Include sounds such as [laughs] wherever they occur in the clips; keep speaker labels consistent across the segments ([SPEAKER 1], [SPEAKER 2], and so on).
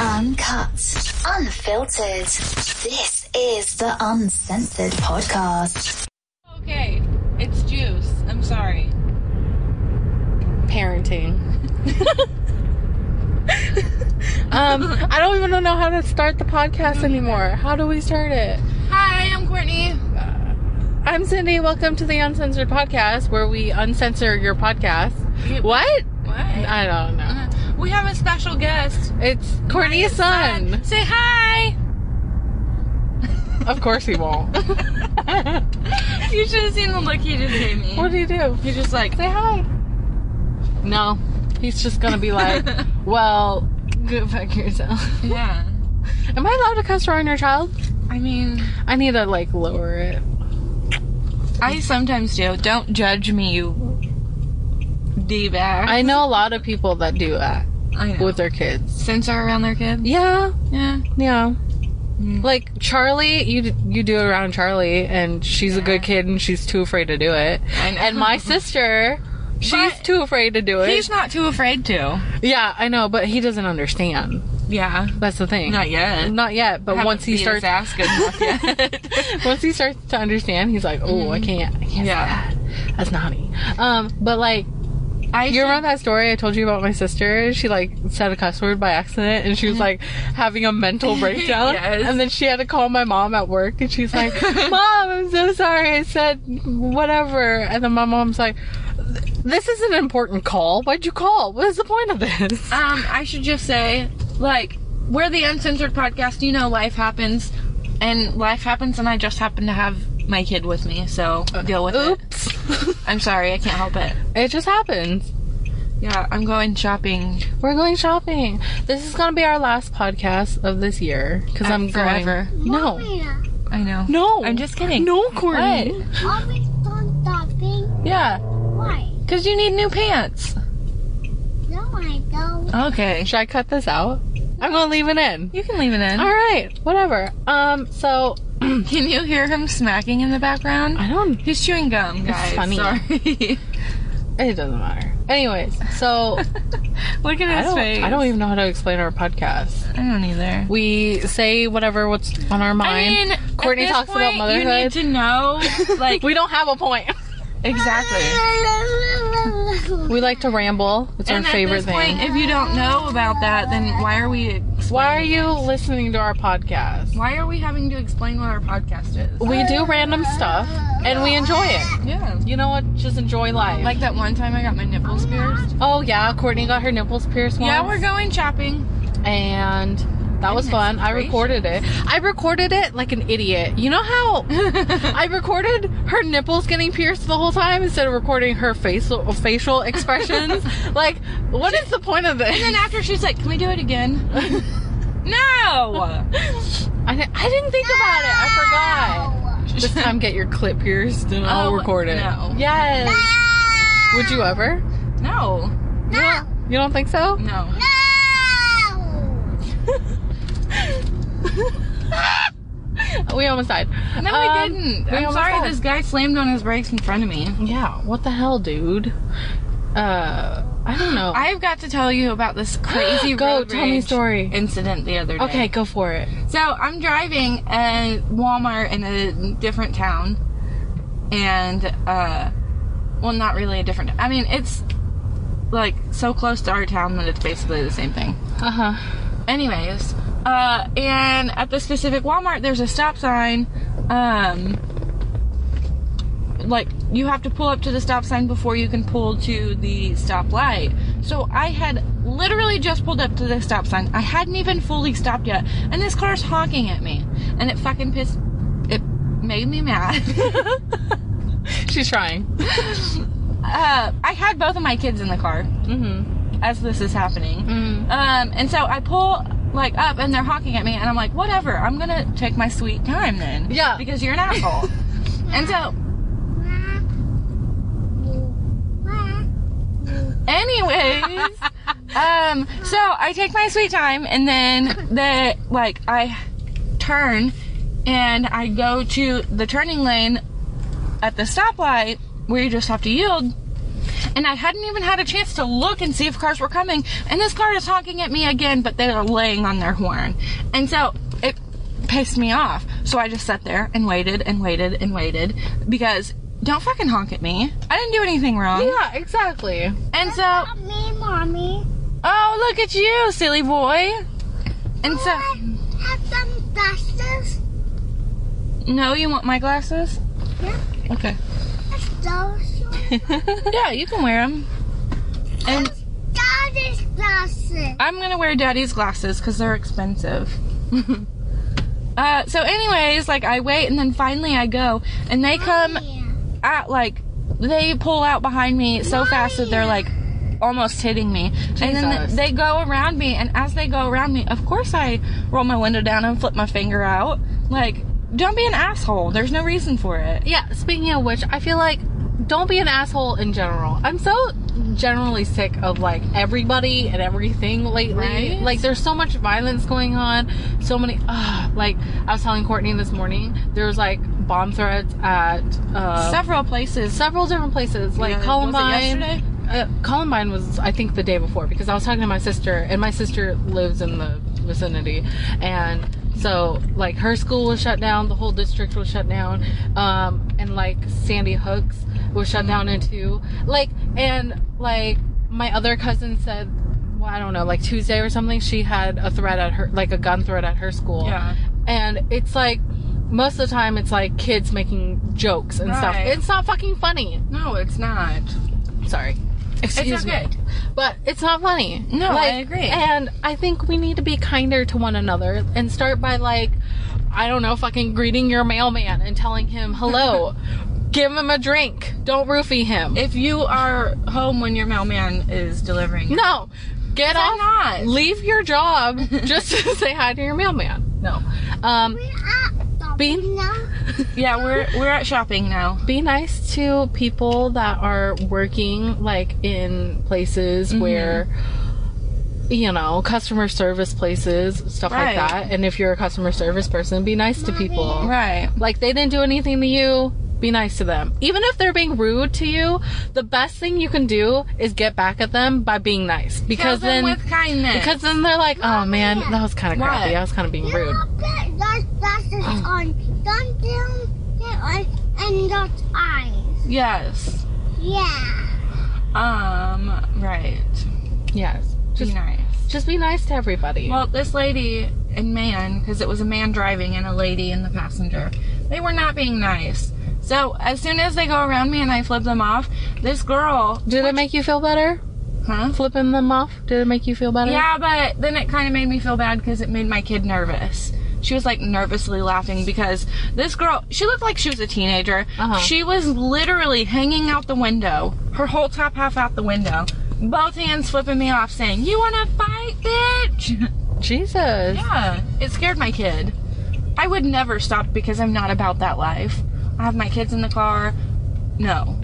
[SPEAKER 1] Uncut, unfiltered. This is the Uncensored Podcast.
[SPEAKER 2] Okay, it's juice. I'm sorry.
[SPEAKER 3] parenting. [laughs] um, I don't even know how to start the podcast anymore. How do we start it?
[SPEAKER 2] Hi, I'm Courtney.
[SPEAKER 3] I'm Cindy. Welcome to the Uncensored Podcast, where we uncensor your podcast. What?
[SPEAKER 2] What? Uh-huh.
[SPEAKER 3] I don't know.
[SPEAKER 2] We have a special guest.
[SPEAKER 3] It's Courtney's son.
[SPEAKER 2] Say hi.
[SPEAKER 3] [laughs] Of course he won't. [laughs]
[SPEAKER 2] You should have seen the look he just gave me.
[SPEAKER 3] what do you do?
[SPEAKER 2] He's just like,
[SPEAKER 3] Say hi. No, he's just gonna be
[SPEAKER 2] [laughs]
[SPEAKER 3] like, well, go fuck yourself.
[SPEAKER 2] yeah.
[SPEAKER 3] Am I allowed to cuss around your child?
[SPEAKER 2] I mean,
[SPEAKER 3] I need to like lower it.
[SPEAKER 2] I sometimes do. Don't judge me, you d-bag.
[SPEAKER 3] I know a lot of people that do that
[SPEAKER 2] I know.
[SPEAKER 3] with their kids.
[SPEAKER 2] censor around their kids.
[SPEAKER 3] Yeah,
[SPEAKER 2] Yeah.
[SPEAKER 3] Yeah.
[SPEAKER 2] Mm.
[SPEAKER 3] Like Charlie, you d- you do it around Charlie, and she's a good kid, and she's too afraid to do it.
[SPEAKER 2] And,
[SPEAKER 3] And my sister, she's
[SPEAKER 2] But-
[SPEAKER 3] too afraid to do
[SPEAKER 2] [laughs]
[SPEAKER 3] it.
[SPEAKER 2] he's not too afraid to.
[SPEAKER 3] yeah, I know, but he doesn't understand.
[SPEAKER 2] Yeah.
[SPEAKER 3] That's the thing.
[SPEAKER 2] Not yet.
[SPEAKER 3] Not yet, but
[SPEAKER 2] Haven't
[SPEAKER 3] once he
[SPEAKER 2] beat his
[SPEAKER 3] starts,
[SPEAKER 2] ass good enough yet.
[SPEAKER 3] [laughs]
[SPEAKER 2] [laughs]
[SPEAKER 3] once he starts to understand, he's like, "Oh, I can't, I can't say
[SPEAKER 2] Mm-hmm. Yeah.
[SPEAKER 3] that. That's naughty." Um, but like,
[SPEAKER 2] I
[SPEAKER 3] you remember that story I told you about my sister? She like said a cuss word by accident and she was like having a
[SPEAKER 2] [laughs]
[SPEAKER 3] mental breakdown.
[SPEAKER 2] Yes.
[SPEAKER 3] And then she had to call my mom at work and
[SPEAKER 2] [laughs]
[SPEAKER 3] she's like, Mom, I'm so sorry. I said whatever. And then my mom's like, This is an important call. Why'd you call? What is the point of this?
[SPEAKER 2] Um, I should just say, like, we're the uncensored podcast. You know, life happens, and life happens, and I just happen to have my kid with me, so deal with it.
[SPEAKER 3] Uh, Oops. [laughs]
[SPEAKER 2] I'm sorry, I can't help it.
[SPEAKER 3] it just happens.
[SPEAKER 2] Yeah, I'm going shopping
[SPEAKER 3] We're going shopping. This is going to be our last podcast of this year because
[SPEAKER 2] at-
[SPEAKER 3] I'm
[SPEAKER 2] forever.
[SPEAKER 3] going. No.
[SPEAKER 2] I know.
[SPEAKER 3] No.
[SPEAKER 2] I'm just kidding.
[SPEAKER 3] No, Courtney.
[SPEAKER 2] What?
[SPEAKER 4] Always don't stop being
[SPEAKER 3] Yeah.
[SPEAKER 4] Why?
[SPEAKER 2] Cause you need new pants.
[SPEAKER 4] No, I don't.
[SPEAKER 2] Okay,
[SPEAKER 3] Should I cut this out? I'm gonna leave it in.
[SPEAKER 2] you can leave it in.
[SPEAKER 3] All right, whatever. Um, so
[SPEAKER 2] [clears throat] Can you hear him smacking in the background?
[SPEAKER 3] I don't.
[SPEAKER 2] He's chewing gum, guys.
[SPEAKER 3] funny.
[SPEAKER 2] Sorry. [laughs]
[SPEAKER 3] It doesn't matter. Anyways, so
[SPEAKER 2] Look at
[SPEAKER 3] I
[SPEAKER 2] his
[SPEAKER 3] don't.
[SPEAKER 2] face.
[SPEAKER 3] I don't even know how to explain our podcast.
[SPEAKER 2] I don't either.
[SPEAKER 3] We say whatever what's on our mind.
[SPEAKER 2] I mean,
[SPEAKER 3] Courtney
[SPEAKER 2] at this
[SPEAKER 3] talks about
[SPEAKER 2] point, You
[SPEAKER 3] motherhood.
[SPEAKER 2] need to know,
[SPEAKER 3] [laughs]
[SPEAKER 2] like,
[SPEAKER 3] we don't have a point.
[SPEAKER 2] [laughs] exactly.
[SPEAKER 3] We like to ramble. It's
[SPEAKER 2] And
[SPEAKER 3] our
[SPEAKER 2] at
[SPEAKER 3] favorite
[SPEAKER 2] this
[SPEAKER 3] thing.
[SPEAKER 2] point, if you don't know about that, then why are we?
[SPEAKER 3] Why are you listening to our podcast?
[SPEAKER 2] Why are we having to explain what our podcast is?
[SPEAKER 3] We do random stuff and we enjoy it.
[SPEAKER 2] Yeah.
[SPEAKER 3] You know what? Just enjoy life.
[SPEAKER 2] Like that one time I got my nipples pierced.
[SPEAKER 3] oh yeah, Courtney got her nipples pierced. Once.
[SPEAKER 2] Yeah, we're going shopping. [laughs]
[SPEAKER 3] and that was
[SPEAKER 2] Goodness
[SPEAKER 3] fun. I
[SPEAKER 2] gracious.
[SPEAKER 3] recorded it. I recorded it like an idiot. You
[SPEAKER 2] [laughs]
[SPEAKER 3] know how I recorded her nipples getting pierced the whole time instead of recording her facial facial
[SPEAKER 2] [laughs]
[SPEAKER 3] expressions? like, what is the point of this?
[SPEAKER 2] and after she's like, "Can we do it again?" [laughs] no.
[SPEAKER 3] I, di- I didn't think about it. I forgot. This time, get your clip pierced and I'll
[SPEAKER 2] Oh,
[SPEAKER 3] record it.
[SPEAKER 2] no.
[SPEAKER 3] Yes. Would you ever?
[SPEAKER 2] No.
[SPEAKER 4] No!
[SPEAKER 3] You don't think so?
[SPEAKER 2] No.
[SPEAKER 4] No!
[SPEAKER 3] [laughs] We almost died.
[SPEAKER 2] No, I
[SPEAKER 3] Um,
[SPEAKER 2] didn't.
[SPEAKER 3] we
[SPEAKER 2] I'm
[SPEAKER 3] almost
[SPEAKER 2] sorry.
[SPEAKER 3] died.
[SPEAKER 2] This guy slammed on his brakes in front of me.
[SPEAKER 3] Yeah. What the hell, dude? Uh, I don't know.
[SPEAKER 2] I've got to tell you about this crazy
[SPEAKER 3] [gasps] Go,
[SPEAKER 2] road
[SPEAKER 3] tell me
[SPEAKER 2] rage
[SPEAKER 3] story.
[SPEAKER 2] incident the other day.
[SPEAKER 3] Okay, go for it.
[SPEAKER 2] So I'm driving a Walmart in a different town, and uh, well, not really a different. I mean, it's like so close to our town that it's basically the same thing.
[SPEAKER 3] Uh huh.
[SPEAKER 2] Anyways, uh, and at the specific Walmart, there's a stop sign. Um, like you have to pull up to the stop sign before you can pull to the stoplight. So I had literally just pulled up to the stop sign. I hadn't even fully stopped yet, and this car's honking at me, and it fucking pissed. It made me mad.
[SPEAKER 3] [laughs]
[SPEAKER 2] [laughs]
[SPEAKER 3] She's trying.
[SPEAKER 2] uh, I had both of my kids in the car
[SPEAKER 3] Mm-hmm.
[SPEAKER 2] as this is happening.
[SPEAKER 3] Mm.
[SPEAKER 2] Um, and so I pull like up and they're honking at me and I'm like, whatever, I'm gonna take my sweet time then.
[SPEAKER 3] Yeah.
[SPEAKER 2] Because you're an
[SPEAKER 3] [laughs]
[SPEAKER 2] asshole. and so anyways, um, so I take my sweet time and then the like I turn and I go to the turning lane at the stoplight where you just have to yield. and I hadn't even had a chance to look and see if cars were coming. And this car is honking at me again, but they are laying on their horn. And so it pissed me off. So I just sat there and waited and waited and waited because don't fucking honk at me. I didn't do anything wrong.
[SPEAKER 3] Yeah, exactly.
[SPEAKER 2] And so,
[SPEAKER 4] Not me, mommy.
[SPEAKER 2] oh, look at you, silly boy. And so,
[SPEAKER 4] Can I have some glasses?
[SPEAKER 2] no, you want my glasses? [laughs]
[SPEAKER 4] Yeah.
[SPEAKER 2] Okay.
[SPEAKER 4] That's those.
[SPEAKER 2] yeah, you can wear them. And
[SPEAKER 4] Daddy's glasses.
[SPEAKER 2] I'm gonna wear daddy's glasses because they're expensive. [laughs] uh, so, anyways, like I wait and then finally I go and they come
[SPEAKER 4] Yeah.
[SPEAKER 2] at like they pull out behind me so fast that they're like almost hitting me and then
[SPEAKER 3] Jesus.
[SPEAKER 2] they go around me and as they go around me of course i roll my window down and flip my finger out like don't be an asshole there's no reason for it
[SPEAKER 3] [laughs] Yeah, speaking of which, I feel like don't be an asshole in general. I'm so generally sick of like everybody and everything lately.
[SPEAKER 2] Right?
[SPEAKER 3] Like there's so much violence going on, so many ugh, like I was telling Courtney this morning, there was like bomb threats at uh
[SPEAKER 2] several places
[SPEAKER 3] several different places like
[SPEAKER 2] Yeah, was it
[SPEAKER 3] Columbine.
[SPEAKER 2] yesterday?
[SPEAKER 3] Uh, Columbine was, I think, the day before because I was talking to my sister, and my sister lives in the vicinity, and so like her school was shut down, the whole district was shut down, um, and like Sandy Hooks was shut down into like, and like my other cousin said. well, I don't know, like Tuesday or something. She had a threat at her, like a gun threat at her school
[SPEAKER 2] yeah
[SPEAKER 3] and it's like most of the time it's like kids making jokes and stuff.
[SPEAKER 2] Right.
[SPEAKER 3] It's not fucking funny.
[SPEAKER 2] no it's not
[SPEAKER 3] Sorry. Excuse
[SPEAKER 2] okay.
[SPEAKER 3] me. But it's not funny.
[SPEAKER 2] No, I
[SPEAKER 3] like,
[SPEAKER 2] agree.
[SPEAKER 3] And I think we need to be kinder to one another and start by like I don't know, fucking greeting your mailman and telling
[SPEAKER 2] [laughs]
[SPEAKER 3] him hello. Give him a drink. Don't roofie him.
[SPEAKER 2] if you are home when your mailman is delivering
[SPEAKER 3] no. Get
[SPEAKER 2] Why
[SPEAKER 3] off.
[SPEAKER 2] not?
[SPEAKER 3] Leave your job just [laughs] to say hi to your mailman. No. Um,
[SPEAKER 4] We're at the
[SPEAKER 3] Bean?
[SPEAKER 4] now.
[SPEAKER 2] yeah we're we're at shopping now
[SPEAKER 3] be nice to people that are working like in places
[SPEAKER 2] Mm-hmm.
[SPEAKER 3] where you know customer service places stuff
[SPEAKER 2] Right.
[SPEAKER 3] like that and if you're a customer service person be nice to people
[SPEAKER 2] right
[SPEAKER 3] like they didn't do anything to you be nice to them even if they're being rude to you the best thing you can do is get back at them by being nice because
[SPEAKER 2] Kill them
[SPEAKER 3] then
[SPEAKER 2] with kindness
[SPEAKER 3] because then they're like oh man that was kind of
[SPEAKER 2] What?
[SPEAKER 3] crappy i was kind of being
[SPEAKER 4] You
[SPEAKER 3] rude
[SPEAKER 4] don't put those glasses on. Don't them get on and those eyes.
[SPEAKER 2] yes
[SPEAKER 4] Yeah.
[SPEAKER 2] Um, right.
[SPEAKER 3] yes
[SPEAKER 2] Be
[SPEAKER 3] just
[SPEAKER 2] nice.
[SPEAKER 3] just be nice to everybody
[SPEAKER 2] Well, this lady and man, because it was a man driving and a lady in the passenger, they were not being nice. So as soon as they go around me and I flip them off, this girl,
[SPEAKER 3] Did it make you feel better?
[SPEAKER 2] huh?
[SPEAKER 3] Flipping them off? Did it make you feel better?
[SPEAKER 2] Yeah, but then it kind of made me feel bad because it made my kid nervous. She was like nervously laughing because this girl, she looked like she was a teenager.
[SPEAKER 3] Uh-huh.
[SPEAKER 2] She was literally hanging out the window, her whole top half out the window, both hands flipping me off, saying, You wanna fight,
[SPEAKER 3] [laughs]
[SPEAKER 2] bitch?
[SPEAKER 3] Jesus.
[SPEAKER 2] Yeah, it scared my kid. I would never stop because I'm not about that life. I have my kids in the car. No.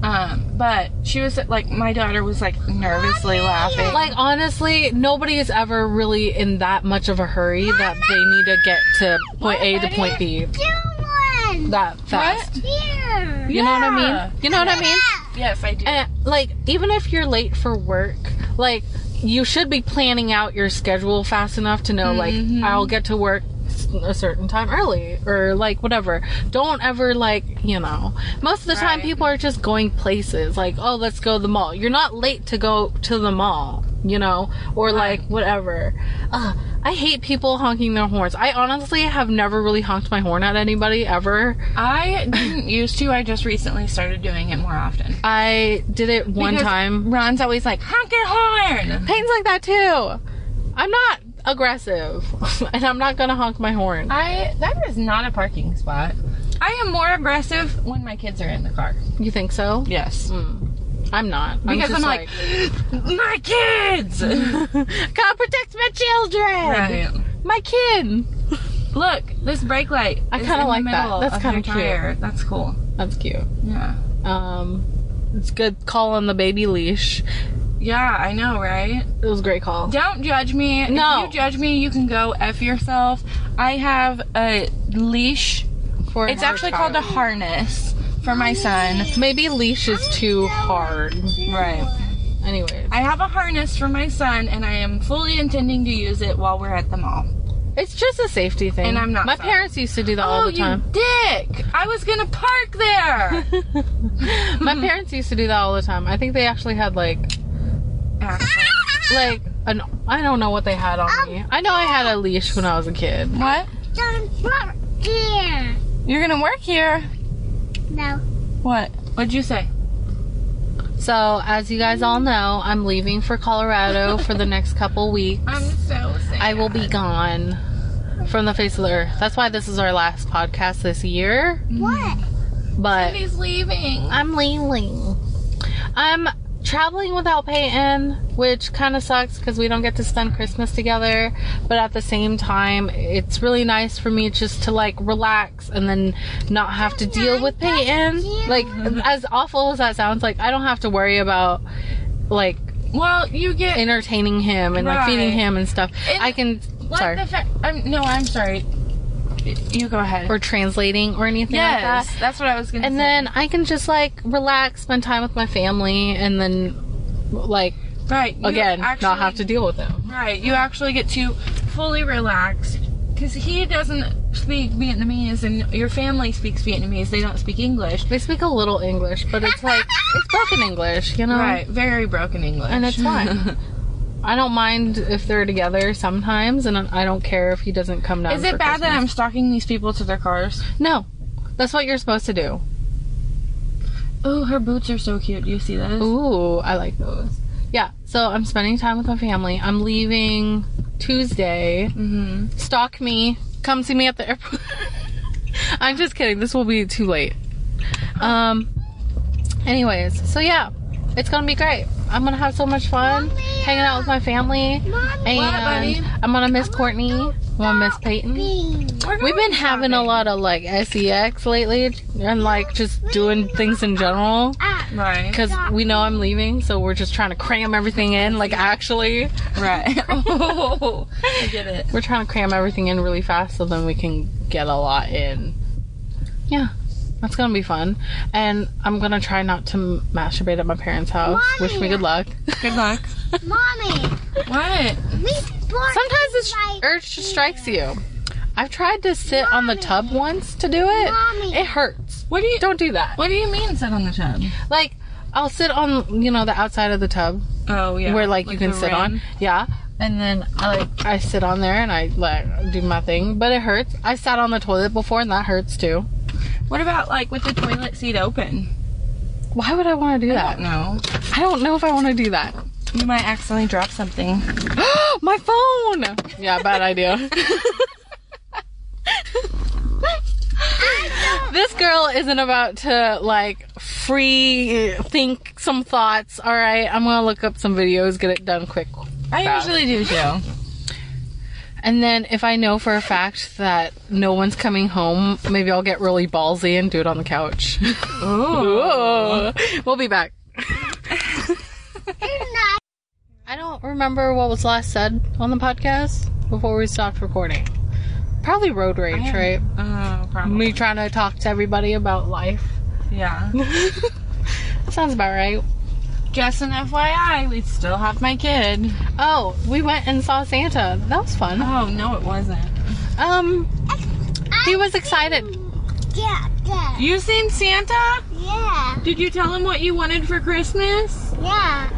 [SPEAKER 2] Um, but she was like, my daughter was like nervously laughing.
[SPEAKER 3] Like honestly, nobody is ever really in that much of a hurry that they need to get to point A to point B
[SPEAKER 4] Doing
[SPEAKER 3] that fast.
[SPEAKER 4] here.
[SPEAKER 3] You know what I
[SPEAKER 2] Yeah.
[SPEAKER 3] mean? You know what I mean?
[SPEAKER 2] Yes, I do.
[SPEAKER 3] And like even if you're late for work, like you should be planning out your schedule fast enough to know
[SPEAKER 2] Mm-hmm.
[SPEAKER 3] like I'll get to work s- a certain time early or like whatever. Don't ever like, you know. Most of the time
[SPEAKER 2] Right.
[SPEAKER 3] people are just going places like, "Oh, let's go to the mall." You're not late to go to the mall, you know, or like whatever. Ugh, I hate people honking their horns. I honestly have never really honked my horn at anybody ever.
[SPEAKER 2] I didn't used to. I just recently started doing it more often.
[SPEAKER 3] I did it one
[SPEAKER 2] Because
[SPEAKER 3] time.
[SPEAKER 2] Ron's always like, honk your horn.
[SPEAKER 3] Peyton's like that too. I'm not aggressive, [laughs] and I'm not gonna honk my horn.
[SPEAKER 2] I that is not a parking spot. I am more aggressive when my kids are in the car.
[SPEAKER 3] You think so?
[SPEAKER 2] Yes,
[SPEAKER 3] I'm not.
[SPEAKER 2] because I'm,
[SPEAKER 3] just
[SPEAKER 2] like, my [laughs] kids.
[SPEAKER 3] [laughs] God protects my children,
[SPEAKER 2] right.
[SPEAKER 3] my kid.
[SPEAKER 2] Look, this brake light.
[SPEAKER 3] I
[SPEAKER 2] is
[SPEAKER 3] kinda
[SPEAKER 2] in the
[SPEAKER 3] like that.
[SPEAKER 2] middle
[SPEAKER 3] That's
[SPEAKER 2] of
[SPEAKER 3] kinda
[SPEAKER 2] your
[SPEAKER 3] cute.
[SPEAKER 2] tire. That's cool.
[SPEAKER 3] That's cute.
[SPEAKER 2] Yeah.
[SPEAKER 3] Um, it's good call on the baby leash.
[SPEAKER 2] Yeah, I know, right?
[SPEAKER 3] It was a great call.
[SPEAKER 2] Don't judge me.
[SPEAKER 3] No.
[SPEAKER 2] If you judge me, you can go F yourself. I have a leash
[SPEAKER 3] For
[SPEAKER 2] It's actually called a harness for my son.
[SPEAKER 3] Maybe leash is too hard.
[SPEAKER 2] Right.
[SPEAKER 3] Anyways,
[SPEAKER 2] I have a harness for my son, and I am fully intending to use it while we're at the mall.
[SPEAKER 3] it's just a safety thing.
[SPEAKER 2] And I'm not
[SPEAKER 3] My
[SPEAKER 2] sorry.
[SPEAKER 3] parents used to do that all the time.
[SPEAKER 2] Oh, you dick! I was gonna park [laughs] there.
[SPEAKER 3] [laughs] My parents used to do that all the time. I think they actually had like
[SPEAKER 2] Asshole.
[SPEAKER 3] like an I don't know what they had on me. I know I had a leash when I was a kid.
[SPEAKER 2] what?
[SPEAKER 4] Don't bark here.
[SPEAKER 2] You're gonna work here?
[SPEAKER 4] No.
[SPEAKER 2] What? What'd you say?
[SPEAKER 3] So as you guys all know, I'm leaving for Colorado for the next couple weeks.
[SPEAKER 2] I'm so sad.
[SPEAKER 3] I will be gone from the face of the earth. That's why this is our last podcast this year.
[SPEAKER 4] What?
[SPEAKER 3] But
[SPEAKER 2] He's leaving.
[SPEAKER 3] I'm leaving. I'm traveling without Peyton, which kind of sucks because we don't get to spend Christmas together. But at the same time, it's really nice for me just to like relax and then not have to deal with Peyton. Like, as awful as that sounds, like, I don't have to worry about like
[SPEAKER 2] Well, you get.
[SPEAKER 3] entertaining him and like feeding
[SPEAKER 2] Right.
[SPEAKER 3] him and stuff.
[SPEAKER 2] And
[SPEAKER 3] I can,
[SPEAKER 2] Let
[SPEAKER 3] sorry,
[SPEAKER 2] the fa- I'm, no, I'm sorry. You go ahead.
[SPEAKER 3] or translating or anything like that.
[SPEAKER 2] yes, that's what I was gonna
[SPEAKER 3] and
[SPEAKER 2] say.
[SPEAKER 3] then I can just like relax, spend time with my family, and then like
[SPEAKER 2] right you
[SPEAKER 3] again
[SPEAKER 2] actually,
[SPEAKER 3] not have to deal with them.
[SPEAKER 2] Right, you actually get to fully relax because he doesn't speak Vietnamese, and your family speaks Vietnamese. They don't speak English.
[SPEAKER 3] They speak a little English, but it's like it's broken English, you know.
[SPEAKER 2] Right, very broken English,
[SPEAKER 3] And it's
[SPEAKER 2] [laughs]
[SPEAKER 3] fine. I don't mind if they're together sometimes, and I don't care if he doesn't come down.
[SPEAKER 2] Is it
[SPEAKER 3] for
[SPEAKER 2] bad that
[SPEAKER 3] Christmas.
[SPEAKER 2] I'm stalking these people to their cars?
[SPEAKER 3] No, that's what you're supposed to do.
[SPEAKER 2] Oh, her boots are so cute. Do you see those?
[SPEAKER 3] Ooh, I like those. Yeah, so I'm spending time with my family. I'm leaving Tuesday.
[SPEAKER 2] Mm-hmm.
[SPEAKER 3] stalk me. Come see me at the airport. [laughs] I'm just kidding. This will be too late. Um. Anyways, so yeah, it's gonna be great. I'm gonna have so much fun hanging out with my family, [laughs]
[SPEAKER 4] Mommy.
[SPEAKER 3] and um,
[SPEAKER 2] buddy?
[SPEAKER 3] I'm gonna miss Courtney. I'm gonna miss Peyton.
[SPEAKER 4] Bean.
[SPEAKER 3] We've been having a lot of like sex lately, and like just doing things in general.
[SPEAKER 4] Ah.
[SPEAKER 3] [laughs]
[SPEAKER 2] Right.
[SPEAKER 3] Cause we know I'm leaving, so we're just trying to cram everything in. Like actually, [laughs]
[SPEAKER 2] Right. [laughs] oh, I get it.
[SPEAKER 3] we're trying to cram everything in really fast so then we can get a lot in. Yeah, that's gonna be fun. And I'm gonna try not to m- masturbate at my parents' house.
[SPEAKER 4] Mommy.
[SPEAKER 3] Wish me good luck.
[SPEAKER 2] Good luck.
[SPEAKER 4] Mommy.
[SPEAKER 2] What?
[SPEAKER 4] We bark
[SPEAKER 3] Sometimes this
[SPEAKER 4] right
[SPEAKER 3] urge just
[SPEAKER 4] here.
[SPEAKER 3] strikes you. I've tried to sit on the tub once to do it.
[SPEAKER 4] Mommy.
[SPEAKER 3] It hurts.
[SPEAKER 2] What do you?
[SPEAKER 3] Don't do that.
[SPEAKER 2] What do you mean sit on the tub?
[SPEAKER 3] Like, I'll sit on, you know, the outside of the tub
[SPEAKER 2] Oh yeah.
[SPEAKER 3] where like, you can
[SPEAKER 2] the
[SPEAKER 3] sit
[SPEAKER 2] rim.
[SPEAKER 3] on. Yeah. And then I like I sit on there and I like do my thing, but it hurts. I sat on the toilet before and that hurts too.
[SPEAKER 2] What about like with the toilet seat open?
[SPEAKER 3] Why would I want to do
[SPEAKER 2] I
[SPEAKER 3] that?
[SPEAKER 2] don't know.
[SPEAKER 3] I don't know if I want to do that. [gasps]
[SPEAKER 2] You might accidentally drop something.
[SPEAKER 3] My phone. Yeah, bad idea. [laughs] this girl isn't about to like free think some thoughts. All right, I'm gonna look up some videos, get it done quick.
[SPEAKER 2] I
[SPEAKER 3] Fast.
[SPEAKER 2] usually do too.
[SPEAKER 3] And then if I know for a fact that no one's coming home, maybe I'll get really ballsy and do it on the couch. Ooh. We'll be back. I don't remember what was last said on the podcast before we stopped recording. Probably road rage, right?
[SPEAKER 2] Oh, probably.
[SPEAKER 3] Me trying to talk to everybody about life. [laughs]
[SPEAKER 2] Yeah.
[SPEAKER 3] Sounds about right.
[SPEAKER 2] Just an FYI, we still have my kid.
[SPEAKER 3] Oh, we went and saw Santa. That was fun.
[SPEAKER 2] Oh no, it wasn't.
[SPEAKER 3] Um, he was excited.
[SPEAKER 4] Yeah, yeah,
[SPEAKER 2] You seen Santa?
[SPEAKER 4] yeah,
[SPEAKER 2] Did you tell him what you wanted for Christmas?
[SPEAKER 4] yeah,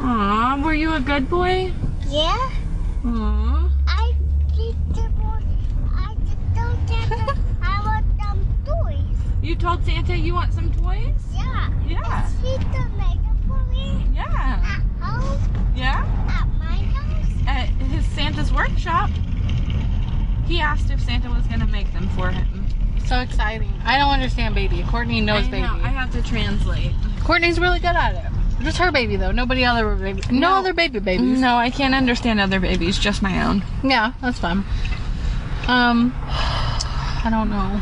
[SPEAKER 2] Aw, were you a good boy?
[SPEAKER 4] yeah.
[SPEAKER 2] Aw.
[SPEAKER 4] I did the boy. I did don't get
[SPEAKER 3] [laughs]
[SPEAKER 4] them. I want them toys.
[SPEAKER 2] You told Santa you want some toys?
[SPEAKER 4] Yeah.
[SPEAKER 2] Yeah.
[SPEAKER 4] He to make them for me
[SPEAKER 2] Yeah.
[SPEAKER 4] at home,
[SPEAKER 2] Yeah.
[SPEAKER 4] at my house.
[SPEAKER 2] At his Santa's workshop, he asked if Santa was gonna make them for him.
[SPEAKER 3] So exciting. I don't understand baby. Courtney knows
[SPEAKER 2] I know,
[SPEAKER 3] baby.
[SPEAKER 2] I have to translate.
[SPEAKER 3] Courtney's really good at it. Just her baby though. Nobody other baby. No,
[SPEAKER 2] No.
[SPEAKER 3] other baby babies.
[SPEAKER 2] No, I can't understand other babies, just my own.
[SPEAKER 3] Yeah, that's fun. Um, I don't know.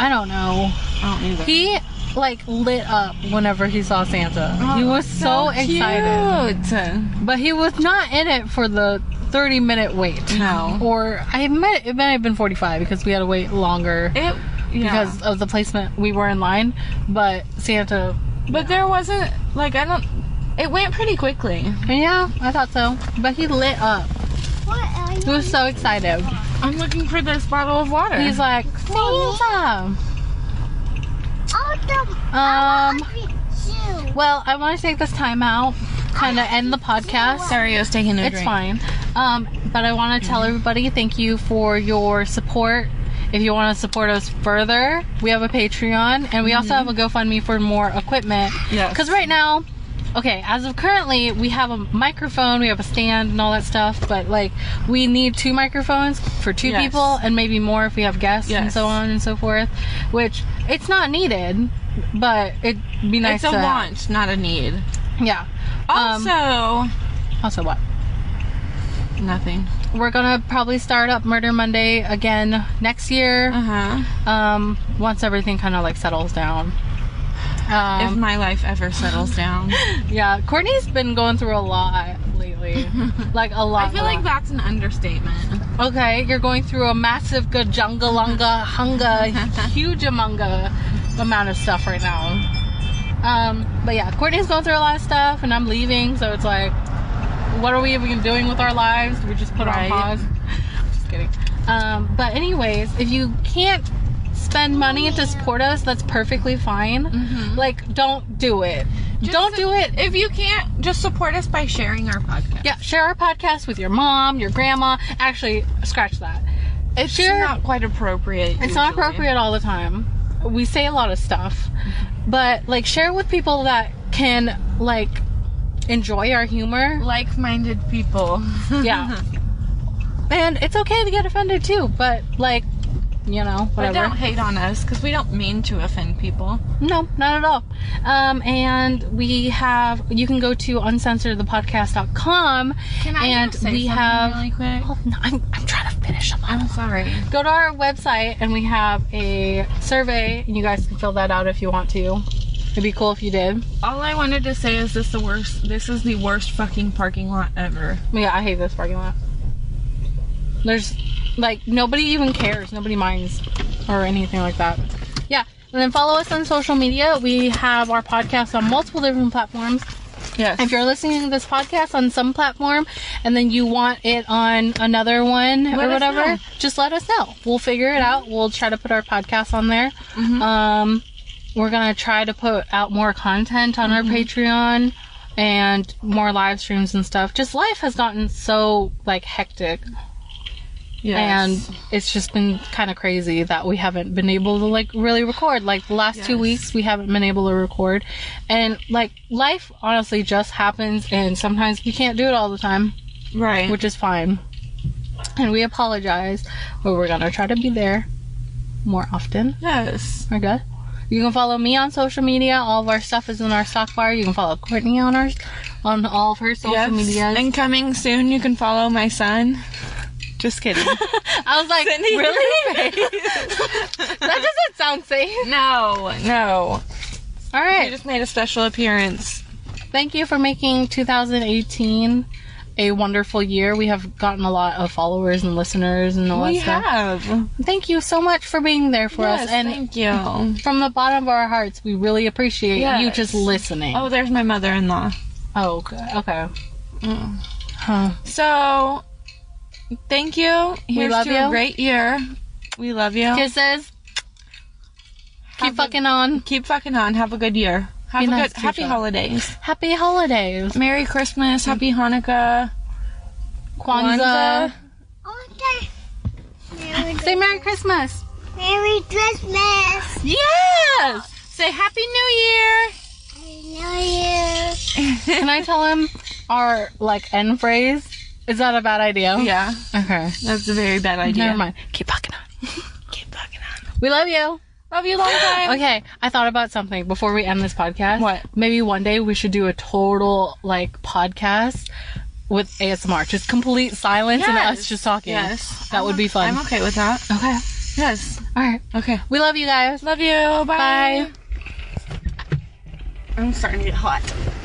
[SPEAKER 3] I don't know.
[SPEAKER 2] I don't either.
[SPEAKER 3] He like lit up whenever he saw Santa. he
[SPEAKER 2] Oh,
[SPEAKER 3] was Oh, so, excited,
[SPEAKER 2] excited.
[SPEAKER 3] but he was not in it for the 30 minute wait.
[SPEAKER 2] No.
[SPEAKER 3] Or I might it might have been 45 because we had to wait longer
[SPEAKER 2] It
[SPEAKER 3] because of the placement we were in line, but Santa.
[SPEAKER 2] But there wasn't like I don't. It went pretty quickly.
[SPEAKER 3] Yeah, I thought so. But he lit up.
[SPEAKER 4] What are you?
[SPEAKER 3] He was so excited.
[SPEAKER 2] I'm looking for this bottle of water.
[SPEAKER 3] He's like, Santa.
[SPEAKER 4] Oh, the
[SPEAKER 3] Um.
[SPEAKER 4] shoe.
[SPEAKER 3] Well, I want to take this time out, kind of end the podcast.
[SPEAKER 2] sorry, I was taking a
[SPEAKER 3] It's fine. Um, but I want to tell everybody thank you for your support. If you want to support us further, we have a Patreon and we also have a GoFundMe for more equipment.
[SPEAKER 2] Yes.
[SPEAKER 3] Because right now, okay, as of currently, we have a microphone, we have a stand, and all that stuff. But like, we need two microphones for two
[SPEAKER 2] Yes.
[SPEAKER 3] people, and maybe more if we have guests and
[SPEAKER 2] Yes.
[SPEAKER 3] so on and so forth. Which it's not needed, but it'd be nice.
[SPEAKER 2] It's a
[SPEAKER 3] to have.
[SPEAKER 2] want, not a need.
[SPEAKER 3] Yeah. Um,
[SPEAKER 2] Also,
[SPEAKER 3] Also, what?
[SPEAKER 2] nothing.
[SPEAKER 3] we're gonna probably start up Murder Monday again next year.
[SPEAKER 2] Uh huh.
[SPEAKER 3] Um, once everything kind of like settles down.
[SPEAKER 2] if
[SPEAKER 3] Um,
[SPEAKER 2] my life ever settles
[SPEAKER 3] [laughs]
[SPEAKER 2] down,
[SPEAKER 3] yeah, Courtney's been going through a lot
[SPEAKER 2] [laughs]
[SPEAKER 3] lately, like a lot.
[SPEAKER 2] I feel
[SPEAKER 3] a
[SPEAKER 2] like
[SPEAKER 3] lot.
[SPEAKER 2] that's an understatement.
[SPEAKER 3] Okay, you're going through a massive gajangalanga hunga,
[SPEAKER 2] [laughs]
[SPEAKER 3] huge amunga amount of stuff right now. Um, but yeah, Courtney's going through a lot of stuff, and I'm leaving, so it's like, what are we even doing with our lives? Do we just put
[SPEAKER 2] Right.
[SPEAKER 3] on pause? [laughs] Just kidding. Um, but anyways, if you can't spend money to support us, that's perfectly fine. Like, don't do it.
[SPEAKER 2] Mm-hmm. Just
[SPEAKER 3] don't
[SPEAKER 2] su-
[SPEAKER 3] do it
[SPEAKER 2] If you can't, just support us by sharing our podcast.
[SPEAKER 3] yeah, share our podcast with your mom, your grandma. Actually, scratch that.
[SPEAKER 2] It's
[SPEAKER 3] Share-
[SPEAKER 2] not quite appropriate.
[SPEAKER 3] It's not appropriate all the time. We say a lot of stuff, but like share with people that can like enjoy our humor.
[SPEAKER 2] Like minded people. [laughs]
[SPEAKER 3] Yeah. and it's okay to get offended too, but like, you know,
[SPEAKER 2] but don't
[SPEAKER 3] whatever.
[SPEAKER 2] hate on us because we don't mean to offend people.
[SPEAKER 3] No, not at all. Um, and we have, you can go to uncensoredthepodcast.com.
[SPEAKER 2] Can I
[SPEAKER 3] And
[SPEAKER 2] just say
[SPEAKER 3] we
[SPEAKER 2] something
[SPEAKER 3] have-
[SPEAKER 2] really quick?
[SPEAKER 3] Oh, no, I'm, I'm trying to finish them
[SPEAKER 2] I'm sorry.
[SPEAKER 3] go to our website and we have a survey and you guys can fill that out if you want to it'd be cool if you did
[SPEAKER 2] All I wanted to say is this the worst. This is the worst fucking parking lot ever.
[SPEAKER 3] But yeah i hate this parking lot there's like nobody even cares nobody minds or anything like that yeah and then follow us on social media we have our podcast on multiple different platforms
[SPEAKER 2] Yes.
[SPEAKER 3] if you're listening to this podcast on some platform and then you want it on another one
[SPEAKER 2] Let
[SPEAKER 3] or
[SPEAKER 2] us
[SPEAKER 3] whatever,
[SPEAKER 2] know.
[SPEAKER 3] just let us know. We'll figure it out. We'll try to put our podcast on there.
[SPEAKER 2] Mm-hmm.
[SPEAKER 3] Um, we're gonna try to put out more content on
[SPEAKER 2] Mm-hmm.
[SPEAKER 3] our Patreon and more live streams and stuff. Just life has gotten so like hectic
[SPEAKER 2] yes.
[SPEAKER 3] and it's just been kind of crazy that we haven't been able to like really record like the last two
[SPEAKER 2] Yes.
[SPEAKER 3] weeks we haven't been able to record and like life honestly just happens and sometimes we can't do it all the time
[SPEAKER 2] right.
[SPEAKER 3] which is fine and we apologize but we're gonna try to be there more often
[SPEAKER 2] yes.
[SPEAKER 3] we're good you can follow me on social media all of our stuff is in our stock bar you can follow courtney on our on all of her social
[SPEAKER 2] Yes.
[SPEAKER 3] medias
[SPEAKER 2] And coming soon, you can follow my son. Just [laughs] kidding.
[SPEAKER 3] i was like
[SPEAKER 2] Sydney,
[SPEAKER 3] really [laughs]
[SPEAKER 2] your face.
[SPEAKER 3] that
[SPEAKER 2] [laughs]
[SPEAKER 3] doesn't sound safe
[SPEAKER 2] no, no.
[SPEAKER 3] all
[SPEAKER 2] I
[SPEAKER 3] right
[SPEAKER 2] just made a special appearance.
[SPEAKER 3] Thank you for making 2018 a wonderful year. We have gotten a lot of followers and listeners and all
[SPEAKER 2] we
[SPEAKER 3] that stuff.
[SPEAKER 2] have.
[SPEAKER 3] Thank you so much for being there for
[SPEAKER 2] Yes,
[SPEAKER 3] us. And
[SPEAKER 2] thank you.
[SPEAKER 3] from the bottom of our hearts, we really appreciate you
[SPEAKER 2] Yes.
[SPEAKER 3] just listening.
[SPEAKER 2] Oh, there's my mother-in-law.
[SPEAKER 3] Oh, okay. okay.
[SPEAKER 2] Mm.
[SPEAKER 3] Huh.
[SPEAKER 2] So, thank you. Here's
[SPEAKER 3] love
[SPEAKER 2] to
[SPEAKER 3] you.
[SPEAKER 2] a great year. We love you.
[SPEAKER 3] Kisses. Keep
[SPEAKER 2] a-
[SPEAKER 3] fucking on.
[SPEAKER 2] Keep fucking on. Have a good year. Have
[SPEAKER 3] Be
[SPEAKER 2] a
[SPEAKER 3] nice
[SPEAKER 2] good
[SPEAKER 3] to
[SPEAKER 2] happy
[SPEAKER 3] each other.
[SPEAKER 2] holidays.
[SPEAKER 3] Happy holidays.
[SPEAKER 2] Merry Christmas. Happy Hanukkah.
[SPEAKER 3] Kwanzaa.
[SPEAKER 4] Okay.
[SPEAKER 3] Say Merry Christmas.
[SPEAKER 4] Merry Christmas.
[SPEAKER 3] Yes. Say Happy New Year.
[SPEAKER 4] I know
[SPEAKER 3] Can I tell him our like end phrase? Is that a bad idea?
[SPEAKER 2] Yeah,
[SPEAKER 3] Okay.
[SPEAKER 2] that's a very bad idea.
[SPEAKER 3] Mm-hmm. Never mind. Keep fucking on.
[SPEAKER 2] [laughs] Keep fucking on.
[SPEAKER 3] We love you.
[SPEAKER 2] Love you long time.
[SPEAKER 3] Okay, I thought about something before we end this podcast.
[SPEAKER 2] What?
[SPEAKER 3] Maybe one day we should do a total like podcast with ASMR, just complete silence and
[SPEAKER 2] Yes.
[SPEAKER 3] us just talking.
[SPEAKER 2] Yes.
[SPEAKER 3] that would be fun.
[SPEAKER 2] I'm okay with that.
[SPEAKER 3] okay.
[SPEAKER 2] Yes.
[SPEAKER 3] All right.
[SPEAKER 2] Okay.
[SPEAKER 3] We love you guys.
[SPEAKER 2] Love you. Bye.
[SPEAKER 3] Bye.
[SPEAKER 2] I'm starting to get hot.